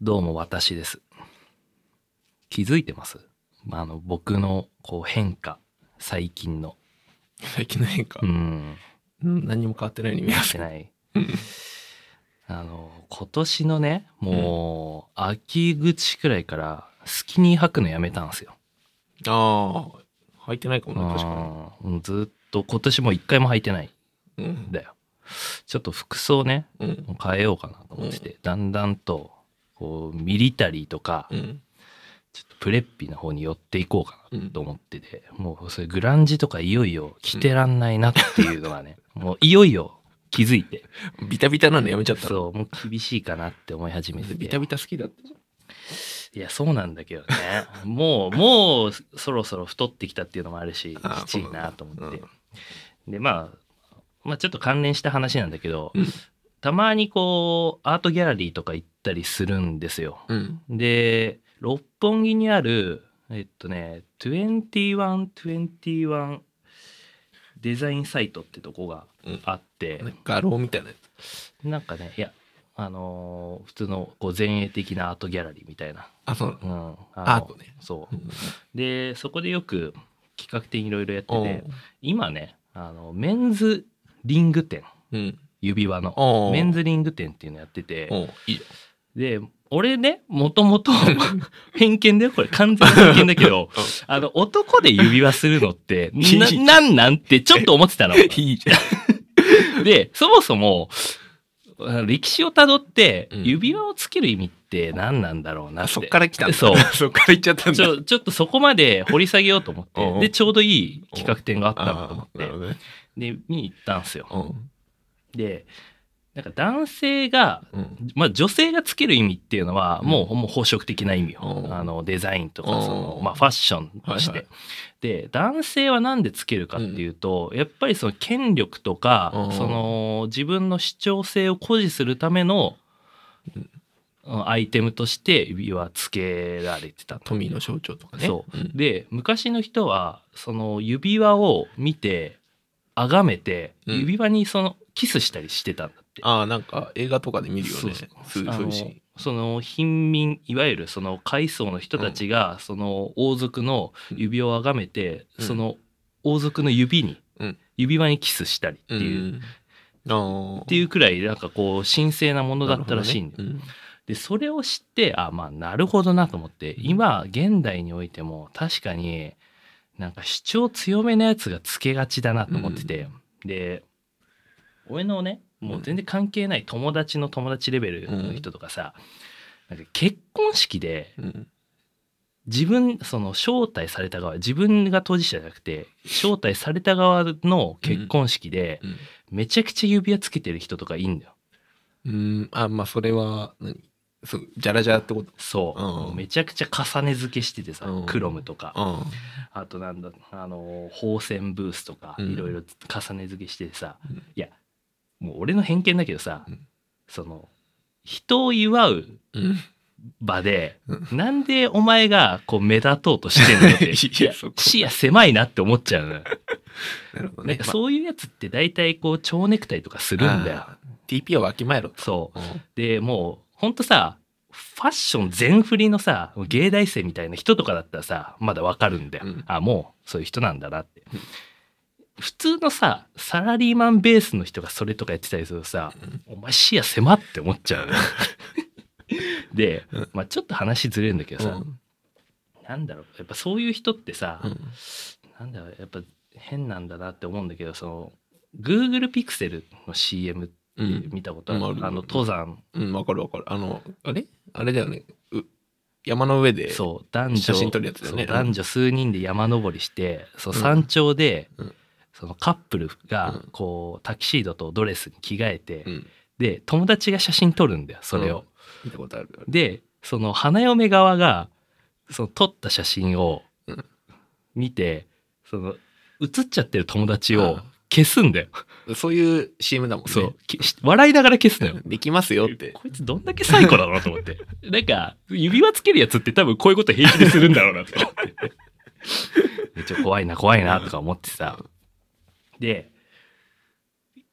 どうも私です。気づいてますまああの、僕のこう変化、最近の。最近の変化う、ん。うん、何も変わってないように見えやまっすてない。うんあの、今年のね、もう、秋口くらいから、スキニー履くのやめたんですよ。ああ履いてないかうもな確かん。ずっと今年も一回も履いてないにうんんだよ。ちょっと服装ね、うん変えようかなと思ってて、だんだんと、こう、ミリタリーとか、うんちょっとプレッピーな方に寄っていこうかうなんと思ってて、もうそれグランジとかいよいよ着てらんないなっていうのが ね、もういよいよ気づいて、ビタビタなのやめちゃったそう、もう厳しいかなって思い始めてビタて、ビタ好きだったじいや、そうなんだけどね、もう、もうそろそろ太ってきたっていうのもあるし、あーきついなと思っそて。で、まあ、まあちょっと関連した話なんだけどうん、たまにこう、アートギャラリーとか行ったりするんですよ。ゃんうんで、六本木にある、えっとね、2121デザインサイトってとこがうんあってなん、か画廊みたいなやつなんかね、いや、あのー普通のこう前衛的なアートギャラリーみたいな。あそううん、あのアートねそうう。んで、そこでよく企画展いろいろやっておてう、今ね、あの、メンズリング展、うん指輪の。おうメンズリング展っていうのやってて、おういいよで、俺ね、もともと、偏見だよ、これ。完全な偏見だけ ど、あの、男で指輪するのって、な、なんなんってちょっと思ってた の。いいじゃんで、そもそも、あの歴史をたどって、うん指輪をつける意味って何なんだろうなっあて。そっから来たんだそう そっから行っちゃったんちだょ、ちょっとそこまで掘り下げようと思っおうおて、うで、ちょうどいい企画展があったなと思あっーなてるほ、どねで、見に行ったんですよ。うんで、なんか男性がうんまあ、女性がつける意味っていうのはうんもう,、もう宝飾的な意味よおうあのデザインとかおうその、まあ、ファッションとして、はいはいで男性は何でつけるかっていうと、やっぱりその権力とか、おうその自分の主張性を誇示するための、うんうんアイテムとして指輪つけられてたと。富の象徴とかねそうんで昔の人はその指輪を見て崇めてうん指輪にそのキスしたりしてたんだって。ああなんか映画とかで見るよねそうそうそうあそういうのシーンその貧民いわゆるその階層の人たちが、その王族の指をあがめて、うんその王族の指に、うん指輪にキスしたりっていう、っうん、っていうくらいなんかこう神聖なものだったらしいんだよ、だよ、でそれを知ってあまあなるほどなと思って、今現代においても確かになんか主張強めなやつがつけがちだなと思ってて、で俺のねもう全然関係ない友達の友達レベルの人とかさ、なんか結婚式でうんうん自分その招待された側自分が当事者じゃなくて招待された側の結婚式でうんめちゃくちゃ指輪つけてる人とかいいんだよ。うんあまあそれは何そうじゃらじゃらってことそう、うんめちゃくちゃ重ね付けしててさ、うんクロムとか、ああとなんだあの宝線ブースとかうんいろいろ重ね付けしてさ、うんいやもう俺の偏見だけどさ、うんその人を祝ううん場で、うんなんでお前がこう目立とうとしてんのって いやそこ視野狭いなって思っちゃうのよなるほどなんねかそういうやつって大体こう蝶ネクタイとかすうるんだよ。 TP をわきまえろとそうでもうほんとさファッション全振りのさ芸大生みたいな人とかだったらさまだわかるんだよ、うんあもうそういう人なんだなって、うん普通のさサラリーマンベースの人がそれとかやってたりするとさ、お前視野狭って思っちゃう ので、うんまあ、ちょっと話ずれるんだけどうさ、んなんだろうやっぱそういう人ってさ、うんなんだろうやっぱ変なんだなって思うんだけどその Google ピクセルの CM ってうん見たことある、うんあるあの登山うんわかるわかるあのあれあれだよねう山の上でそう男女写真撮るやつだよねそう男女数人で山登りして、そううん山頂で、うんそのカップルがうんこうタキシードとドレスに着替えて、うんで友達が写真撮るんだよそれを。見たことあるでその花嫁側がその撮った写真をうん見て、その写っちゃってる友達あを消すんだよ。そういう CM だもんねそうき笑いながら消すのよ。できますよってこいつどんだけ最高だろうなと思 って。なんか、指輪つけるやつって多分こういうこと平気でするんだろうなとか思って。めっちゃ怖いな、怖いなとか思ってさ。で、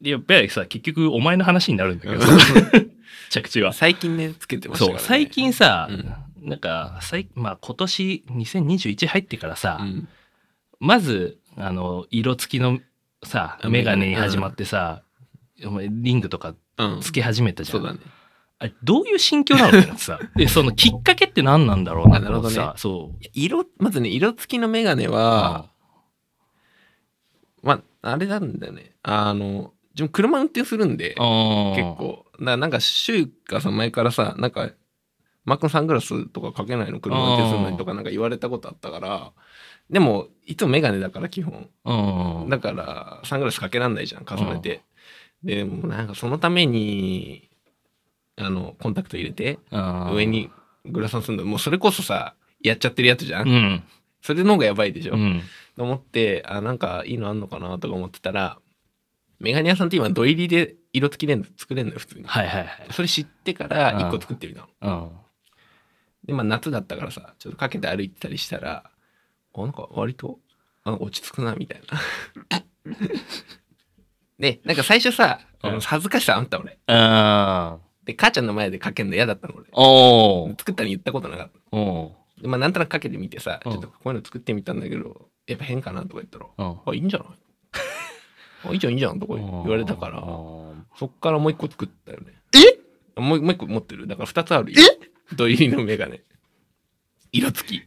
でやっぱりさ、結局お前の話になるんだけどさ、 着地は。最近ね、つけてましたそからうね。最近さ、うなんかさい、まあ、今年2021入ってからさ、うんまずあの色付きのさあ眼鏡眼鏡に始まってさ、お前リングとかうん。つけ始めたじゃそん、うだね。あれどういう心境なのってなって さでそのきっかけって何なんだろうなと思ってあなさ、そう色、まずね、色付きのメガネは、まあ、あれなんだよね。あの、自分車運転するんで、結結構。だからなんか、週かさ、前からさ、なんか、マックのサングラスとかかけないの車運転するのにとかなんか言われたことあったから、でも、いつもメガネだから基本。うんだから、サングラスかけらんないじゃん、重ねて。で、もうなんかそのために、あの、コンタクト入れて、うん上にグラサンするの、もうそれこそさ、やっちゃってるやつじゃ。うんんそれの方がやばいでしょ。うんと思って、あ、なんかいいのあんのかなとか思ってたら、メガネ屋さんって今、土入りで色付きレンズ作れるのよ、普通に。はいはいはいそれ知ってから1個作ってみたの。うんで、まあ夏だったからさ、ちょっとかけて歩いてたりしたら、あ、なんか割と、あなんか落ち着くな、みたいな。 で、なんか最初さ、あうんの恥ずかしさあんた俺。あで、母ちゃんの前でかけるの嫌だったの俺ー。おー作ったの言ったことなかった。おで、まあなんとなくかけてみてさ、ちうんょっとこういうの作ってみたんだけど、やっぱ変かなとか言ったら、ーうんあ、いいんじゃない あ、いいじゃん、いいじゃんとか言われたから、うんそっからもう一個作ったよね。えあもうもう一個持ってる。だから二つあるよ。土入りのメ ガネ。色付き。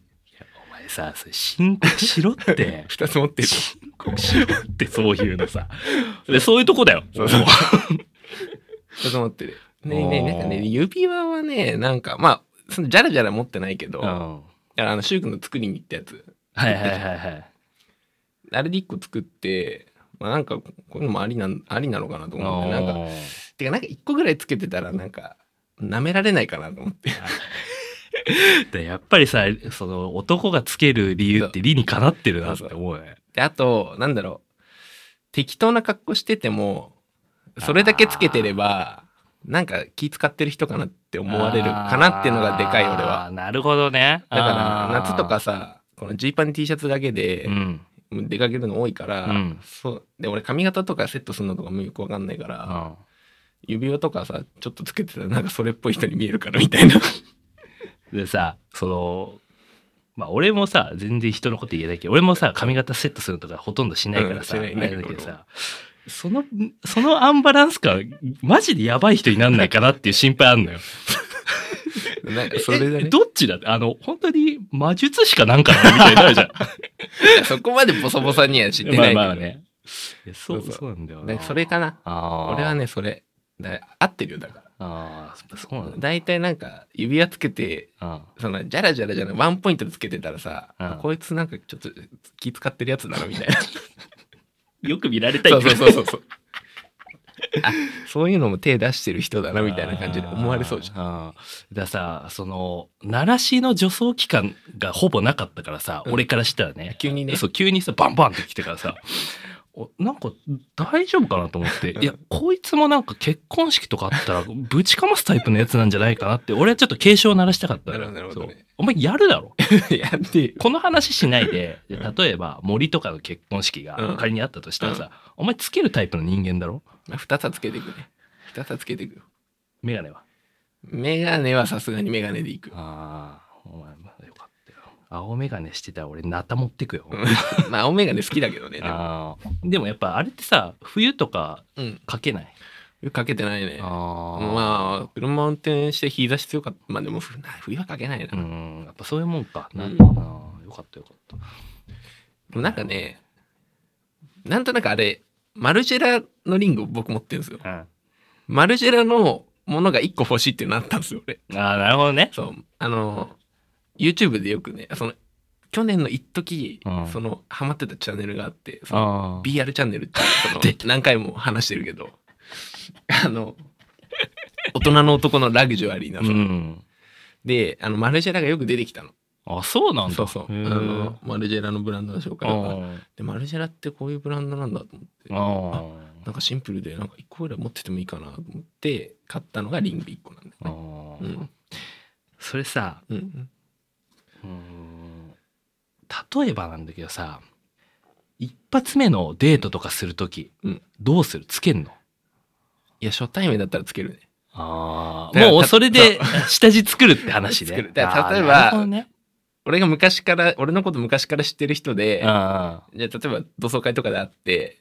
お前さそれ申告しろ って二つ持ってる。申告しろってそういうのさ でそういうとこだよそうそう 二つ持ってる。ねねおーなんかね、指輪はね、なんか、まあ、そのジャラジャラ持ってないけど、うんあの、シュウ君の作りに行ったやつ。はいはいはいはいあれで一個作って、まあ、なんか、こういうのもありなん、ありなのかなと思って、なんか、おーてか、なんか一個ぐらいつけてたら、なんか、舐められないかなと思って。でやっぱりさその男がつける理由って理にかなってるなって思うねで、あと、なんだろう。適当な格好してても、それだけつけてれば、なんか気使ってる人かなって思われるかなっていうのがでかい俺あは。ーなるほどねだから、夏とかささ、このジーパン T シャツだけでうん出かけるの多いから、うんそう。で、俺髪型とかセットするのとかもよくわかんないから、うん指輪とかさ、ちょっとつけてたらなんかそれっぽい人に見えるからみた いな。でさそのまあ俺もさ全然人のこと言えないけど俺もさ髪型セットするのとかほとんどしないからさ、うんしないねあれだけどさそのそのアンバランス感マジでやばい人になんないかなっていう心配あんのよ。なんか それだええね。どっちだってあの本当に魔術師かなんかなのみたいにな るじゃん。そこまでボソボソには知ってないけど。まあまあね。いやそうそうそうそうなんだよだな。からそれかな。あー俺はね、それ。だ合ってるよ、だから。あーそうなんだ。大体なんか指輪つけてあそのジャラジャラじゃないワンポイントつけてたらさ、うんこいつなんかちょっと気使ってるやつだなみ たいなーよく見られたいそうそうそううそうそう あそういうのも手出してる人だなみたいな感じで思われそうじゃんゃん。あーだからさその鳴らしの助走期間がほぼなかったからさ、うん俺からしたらね急にねそう急にさバンバンって来てからさ おなんか大丈夫かなと思ってうんいやこいつもなんか結婚式とかあったらぶちかますタイプのやつなんじゃないかなって俺はちょっと警鐘を鳴らしたかったのなるほどなるほどねそうお前やるだろやってよこの話しないででうん例えば森とかの結婚式うがん仮にあったとしたらさ、お前つけるタイプの人間だろまあ2つはつけていくね2つはつけていくよメガネはメガネはさすがにメガネでいくああ、お前、まだよかったよ。青眼鏡してたら俺、ナタ持ってくよ。まあ青メガネ好きだけどねでもあーでもやっぱあれってさ、冬とかうんかけない。かけてないねあーまあ車運転して日差し強かったまあでもふな冬はかけないな、うん、やっぱそういうもんか。なうんあーよかったよかった。でもなんかね、なんとなくあれ、マルジェラのリングを僕持ってるんですよ。あマルジェラのものが1個欲しいってなったんですよ、俺。あー、なるほどね。そう。あの、YouTube でよくね、その、去年の一時、うんその、ハマってたチャンネルがあって、そのあー BR チャンネルって、その出、何回も話してるけど、あの、大人の男のラグジュアリーなうさ、ん。で、あの、マルジェラがよく出てきたの。あ、そうなんだ。そうそう。あへーの、マルジェラのブランドの紹介とか。あで、マルジェラってこういうブランドなんだと思ってー。あなんかシンプルで、なんか1個ぐらい持っててもいいかなと思って、買ったのがリング1個なんだー。よね。あうーん。それさ、うん。うーん例えばなんだけどさ一発目のデートとかする時、うんどうするつけんのいや、初対面だったらつけるね。ああ。だからもうたそれで下地作るって話ね。作るだからあー例えばなるほどね、俺が昔から、俺のこと昔から知ってる人で、あじゃあ例えば同窓会とかで会って、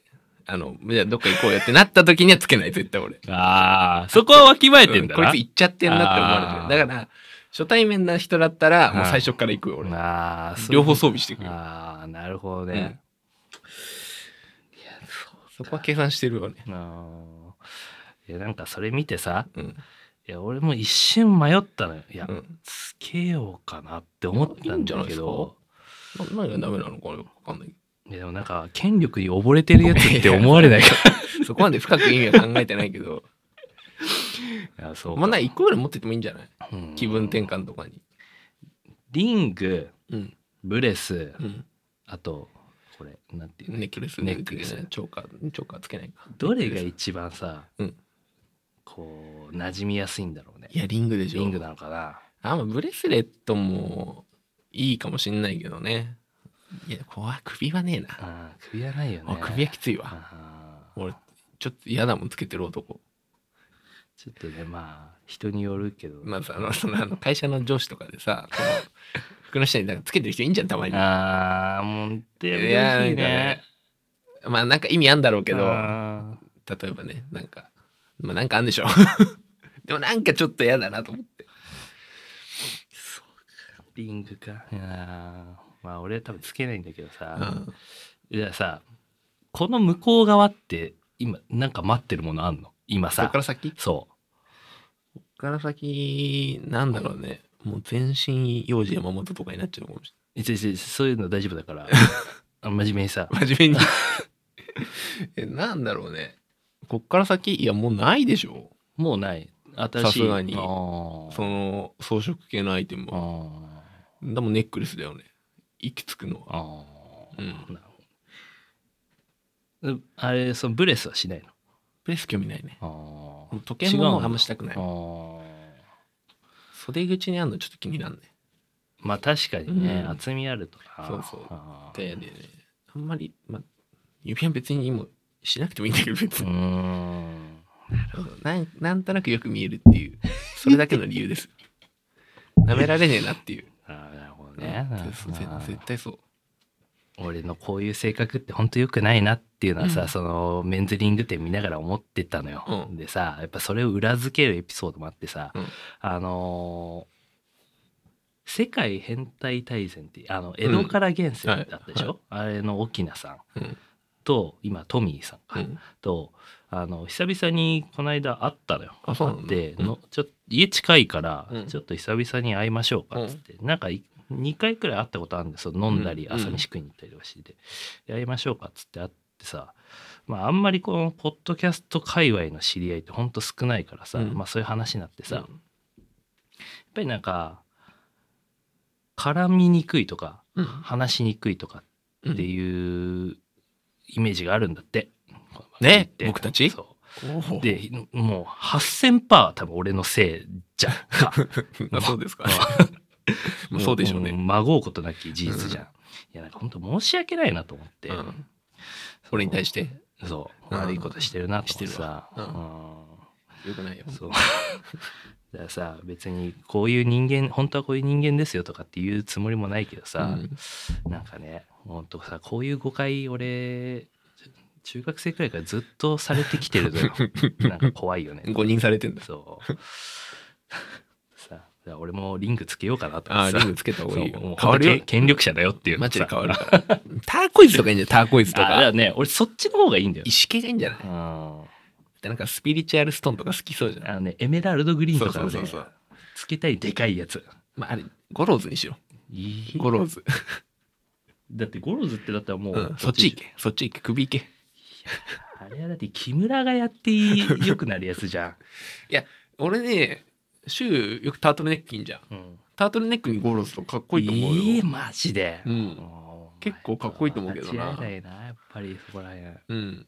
あの、じゃあどっか行こうよってなった時にはつけない、絶対俺。あー。そこはわきまえてんだうんな。こいつ行っちゃってんなって思われてる。だから、初対面な人だったら、もう最初から行くよ、俺。あーそう両方装備していくよああ、なるほどうんね。そこは計算してるよね。あーいやなんかそれ見てさ、うん。いや俺も一瞬迷ったのよ。いや、うんつけようかなって思ったんだいいんけじゃど、な何がダメなのかわかんない。いやでもなんか権力に溺れてるやつって思われ ないかそこまで深く意味は考えてないけど、ら。いやそうかまあなんか一個ぐらい持っててもいいんじゃないうん気分転換とかに。リング、うん。ブレス、うん。あと、これ、なんていうのネックレスネックレスチョーカー、チョーカーつけないか。どれが一番さ、うんこう、馴染みやすいんだろうねい。や、リングでしょ。リングなのかな。あ、まあ、ブレスレットもいいかもしんないけどね。いや、怖い。首はねえな。あー首はないよあね。首はきついわ。あー俺、ちょっと嫌だもん、つけてる男。ちょっとね、まあ、人によるけど。まず、あの、その、あの会社の上司とかでさ、この、服の下になんかつけてる人いいんじゃん、たまに。ああ、もう、いでも、や嬉なしいんかねね。まあ、なんか意味あんだろうけど、あー例えばね、なんか、まあ、なんかあんでしょ。 でも、なんかちょっと嫌だなと思って。リングか。いやーまあ、俺は多分つけないんだけどうさ。ん。いやさ、この向こう側って、今、なんか待ってるものあんの今そさこか。ら先そう。そこから先、なんだろうね。もう全身幼児山本とかになっちゃうかもしいやいやいやそういうの大丈夫だ から。あ真面目にさ。れない。真面目 に。え、なんだろうね。こっから先、いや、もうないでしょ。もうない。新しい。さすがにあーその装飾系のアイテムあは。ーでもネックレスだよね。息つくのは。あーうんなるほどうあれ、そのブレスはしないの。ブレス興味ないね。あもう時計ももうあんましたくなあい。ー。袖口にあるのちょっと気になんね。まあ確かにね、うん厚みあるとなそうそうあーでね、あんまり、まあ、指輪別にもうしなくてもいいんだけど、別うーに。ん。なんなんとなくよく見えるっていう、それだけの理由 です。舐められねえなっていう。あーなるほどね。そうぜあー絶対そう。俺のこういう性格ってほんと良くないなっていうのはさ、うんそのメンズリング店見ながら思ってたのよ、うんでさやっぱそれを裏付けるエピソードもあってさ、うんあのー世界変態大全」ってあの江戸から現世だったでしょ、あれの沖縄さんうん。と今トミーさんうか、ん。とあの久々にこの間会ったのよあそうなんだ会ってうんのちょっと家近いから、うんちょっと久々に会いましょうかっつって、なんかい2回くらい会ったことあるんですよ飲んだりうん朝飯食いに行ったりとかしてて、で会いましょうかっつって会ってさまああんまりこのポッドキャスト界隈の知り合いってほんと少ないからさ、うんまあそういう話になってさ、うやっんぱりなんか絡みにくいとかうん話しにくいとかうんっていうイメージがあるんだって。ねって僕たちそうお おで、もう8000%は多分俺のせいじ ゃんか。あそうですか。 まあもそうでしょうね。んまごうことなき事実じゃん。いや、なんか本当申し訳ないなと思って。うん俺に対して。そう、うん悪いことしてるなと思ってしてるさ。うんよくないようん。そう。 だからさ、別にこういう人間、本当はこういう人間ですよとかっていうつもりもないけどさ、うんなんかね、本当さ、こういう誤解俺、中学生くらいからずっとされてきてる のよ。なんか怖いよね。誤認されてんだ。そう。さあ、じゃあ俺もリングつけようかなと思ああ、ってリさ。ングつけた方がいいそうもうよ。変わる権よ。権力者だよっていう。マジで変る。わるから。 ターコイズとかいいんじゃないターコイズあとだからか。ね、俺そっちの方がいいんだよ。石系がいいんじゃないうんあなんかスピリチュアルストーンとか好きそうじゃないのね、エメラルドグリーンとかね、そうそうそうそうつけたいでかいやつ。まあ、あれ、ゴローズにしよ。いういゴローズ。だってゴロズってだったらもう、うん、そっち行け。そっち行け。首行け。あれはだって木村がやっていい良くなるやつじ ゃ俺ね、週よくタートルネックいいんじゃん。ん。うん。タートルネックにゴローズとかかっこいいと思うよ。ええマジで。ううんん。結構かっこいいと思うけど間な違いないな、やっぱりそこらへん。うん。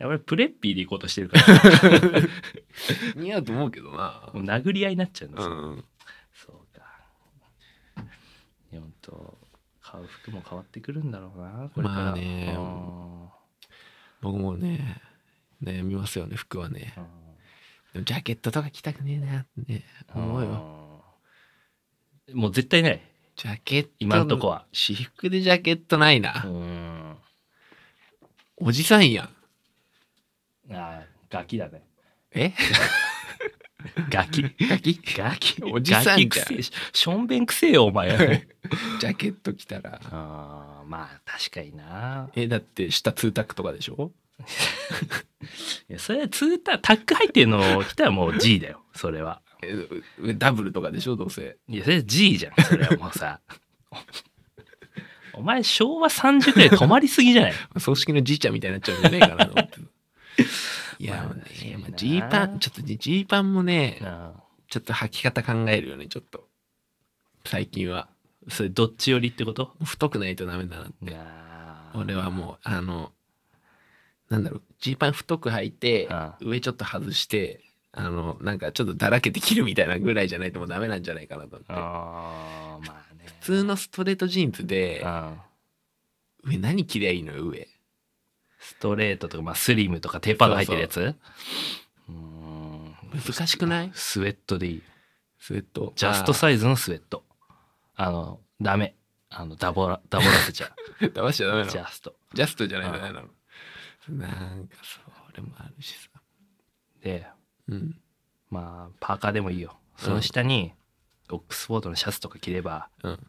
俺プレッピーで行こうとしてる から、似合うと思うけどな。もう殴り合いになっちゃうんですうよ。ん。そうか。いや、本当買う服も変わってくるんだろうな、これから。まあねうん僕もね、悩みますよね、服はね。うんでもジャケットとか着たくねえなってね思うよ。うんもう絶対ない。ジャケット今んとこは私服でジャケットないなう。ん。おじさんやん。ああ、ガキだね。 えガキ。ガキジガキ。おじさんじゃガんキくせえし。しょんべんくせえよ、お 前。ャケット着たら。あーまあ、確かにな。え、だって下ツータックとかでしょいやそれはツータタック入ってんの来たらもう G だよ。それは。えううダブルとかでしょどうせ。いや、それは G じゃん。それはもうさ。 お前、昭和30くらい止まりすぎ じゃない葬式のじいちゃんみたいになっちゃうんじゃねえかなと思って。 いや、まあねいいなまあジーパン、ちょっとねジーパンもね、あーちょっと履き方考えるよね、ちょっと。最近は。それどっちよりってこと太くないとダメだなって。あー俺はもう、あの、なんだろう、ジーパン太く履いてあ、上ちょっと外して、あの、なんかちょっとだらけて着るみたいなぐらいじゃないともうダメなんじゃないかなと思って。あーまあね。普通のストレートジーンズで、うん上何着りゃいいのよ、上。ストレートとか、まあ、スリムとかテーパード入ってるやつうーん難しくないスウェットでいいスウェット。ジャストサイズのスウェットあのダメあのダボらダボらせちゃあー。騙しちゃ ダメなうのジ。ャストジャストじゃないあのあないの。なんかそれもあるしさ。でうん。まあパーカーでもいいよその下に、オックスフォードのシャツとか着ればうん。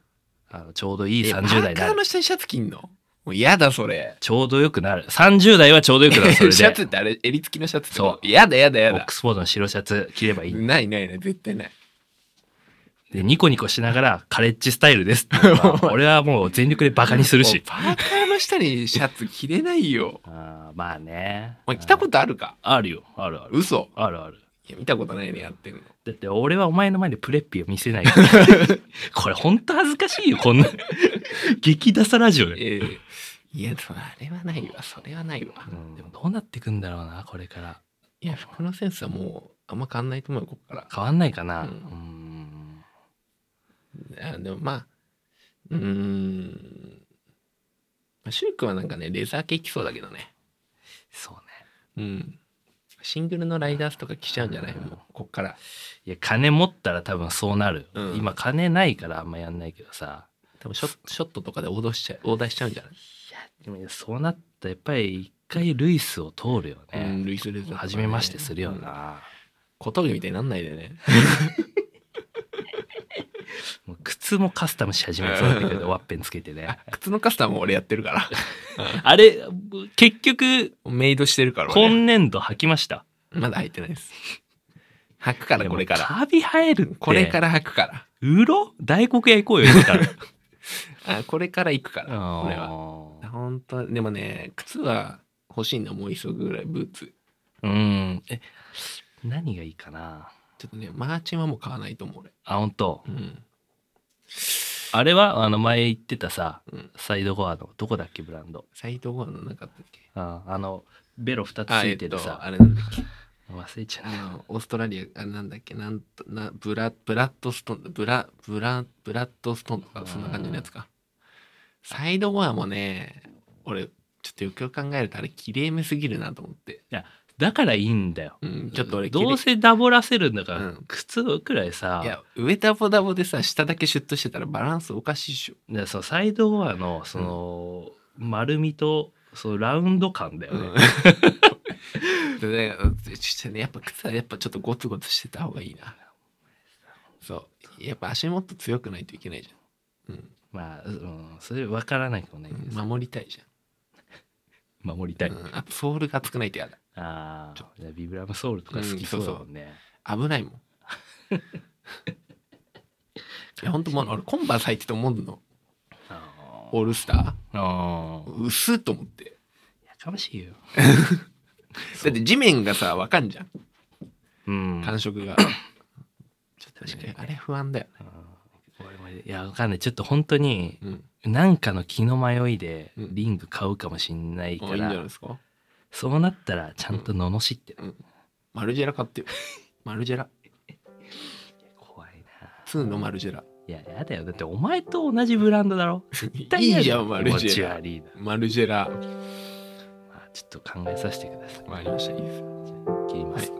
あのちょうどいい30え代にパーなカーるの下にシャツ着んのもう嫌だそれ。ちょうどよくなる30代はちょうどよくなるそれで シャツってあれ襟付きのシャツってことそう嫌だ嫌だオ嫌ッだク。スフォードの白シャツ着ればいいないないない絶対ない。でニコニコしながらカレッジスタイルですって言え ば俺はもう全力でバカにするもう しパーカーの下にシャツ着れな いよ。あーまあねお前着たことあるかあるよあるある嘘あるあるいや見たことないねやってんの。だって俺はお前の前でプレッピーを見せ ないからこれほんと恥ずかしいよこんな激ダサラジオで、ええいやそあれはないわそれはないわ。うんでもどうなってくんだろうなこれからいや服のセンスはもうあんま変わんないと思うよこっから。変わんないかなううんんあでもまあうーんまあシュウ君はなんかねレザー系着そうだけどねそうねうんシングルのライダースとか着ちゃうんじゃないうんもうこっからいや金持ったら多分そうなる、うん今金ないからあんまやんないけどさ多分ショショットとかでオーダーしちゃうオーダーしちゃうんじゃない、いやでもそうなったらやっぱり一回ルイスを通るようんね、ルイス・レザーとかね初めましてするようんな、小峠みたいになんないでねもう靴もカスタムし始めそうだけどワッペンつけてね靴のカスタム俺やってる から あれ結局メイドしてるから俺今年度履きましたまだ履いてないです履くからこれかでもらカビ生えるってこれからら履くからうろ大黒屋行こうよ今 からあこれから行くからこれはは本当でもね靴は欲しいのもう急ぐぐらいブーツうんえ何がいいかなちょっとねマーチンはもう買わないと思う俺あ本当うんあれはあの前言ってたさうんサイドゴアのどこだっけブランドサイドゴアのなかったっけああのベロ2つあつえっいてるとさ、あれなんだっ け忘れちゃあのオーストラリアあれなんだっけなんとなブラブラッドストーンブラブラブラッドストーンとかそんな感じのやつかサイドゴアもね俺ちょっとよくよく考えるとあれきれいめすぎるなと思ってうだからいいんだようんちょっと俺どうきせダボらせるんだから、うん靴くらいれさいや上ダボダボでさ下だけシュッとしてたらバランスおかしいっしょでそのサイドゴアのその、丸みとそのラウンド感だよね、 でねちょっとねやっぱ靴はやっぱちょっとゴツゴツしてた方がいいなそうやっぱ足元強くないといけないじゃん、まあ、うん、それ分からないかもないけどうさん、守りたいじ守りたゃい、ん、うん、あとソールが厚くないとやだああじゃあビブラムソウルとか好きそうだもんね、危ない もんいやほんともう俺コンバース入ってて思うのあオールスタあああー薄っと思ってやかましいよだって地面がさわかんじゃんうん感触がちょっと確かにねねあれ不安だよね俺もいやわかんないちょっと本当にうんなんかの気の迷いでうんリング買うかもしんないかあいいんじゃら、ないですかそうなったらちゃんと罵って、マルジェラ買ってよマルジェラ怖いな2のマルジェラいややだよだってお前と同じブランドだろい絶対嫌だいじゃんマルジ気持ちェラ悪いなマルジェラまあちょっと考えさせてくださいわかりましたいいです切ります、はい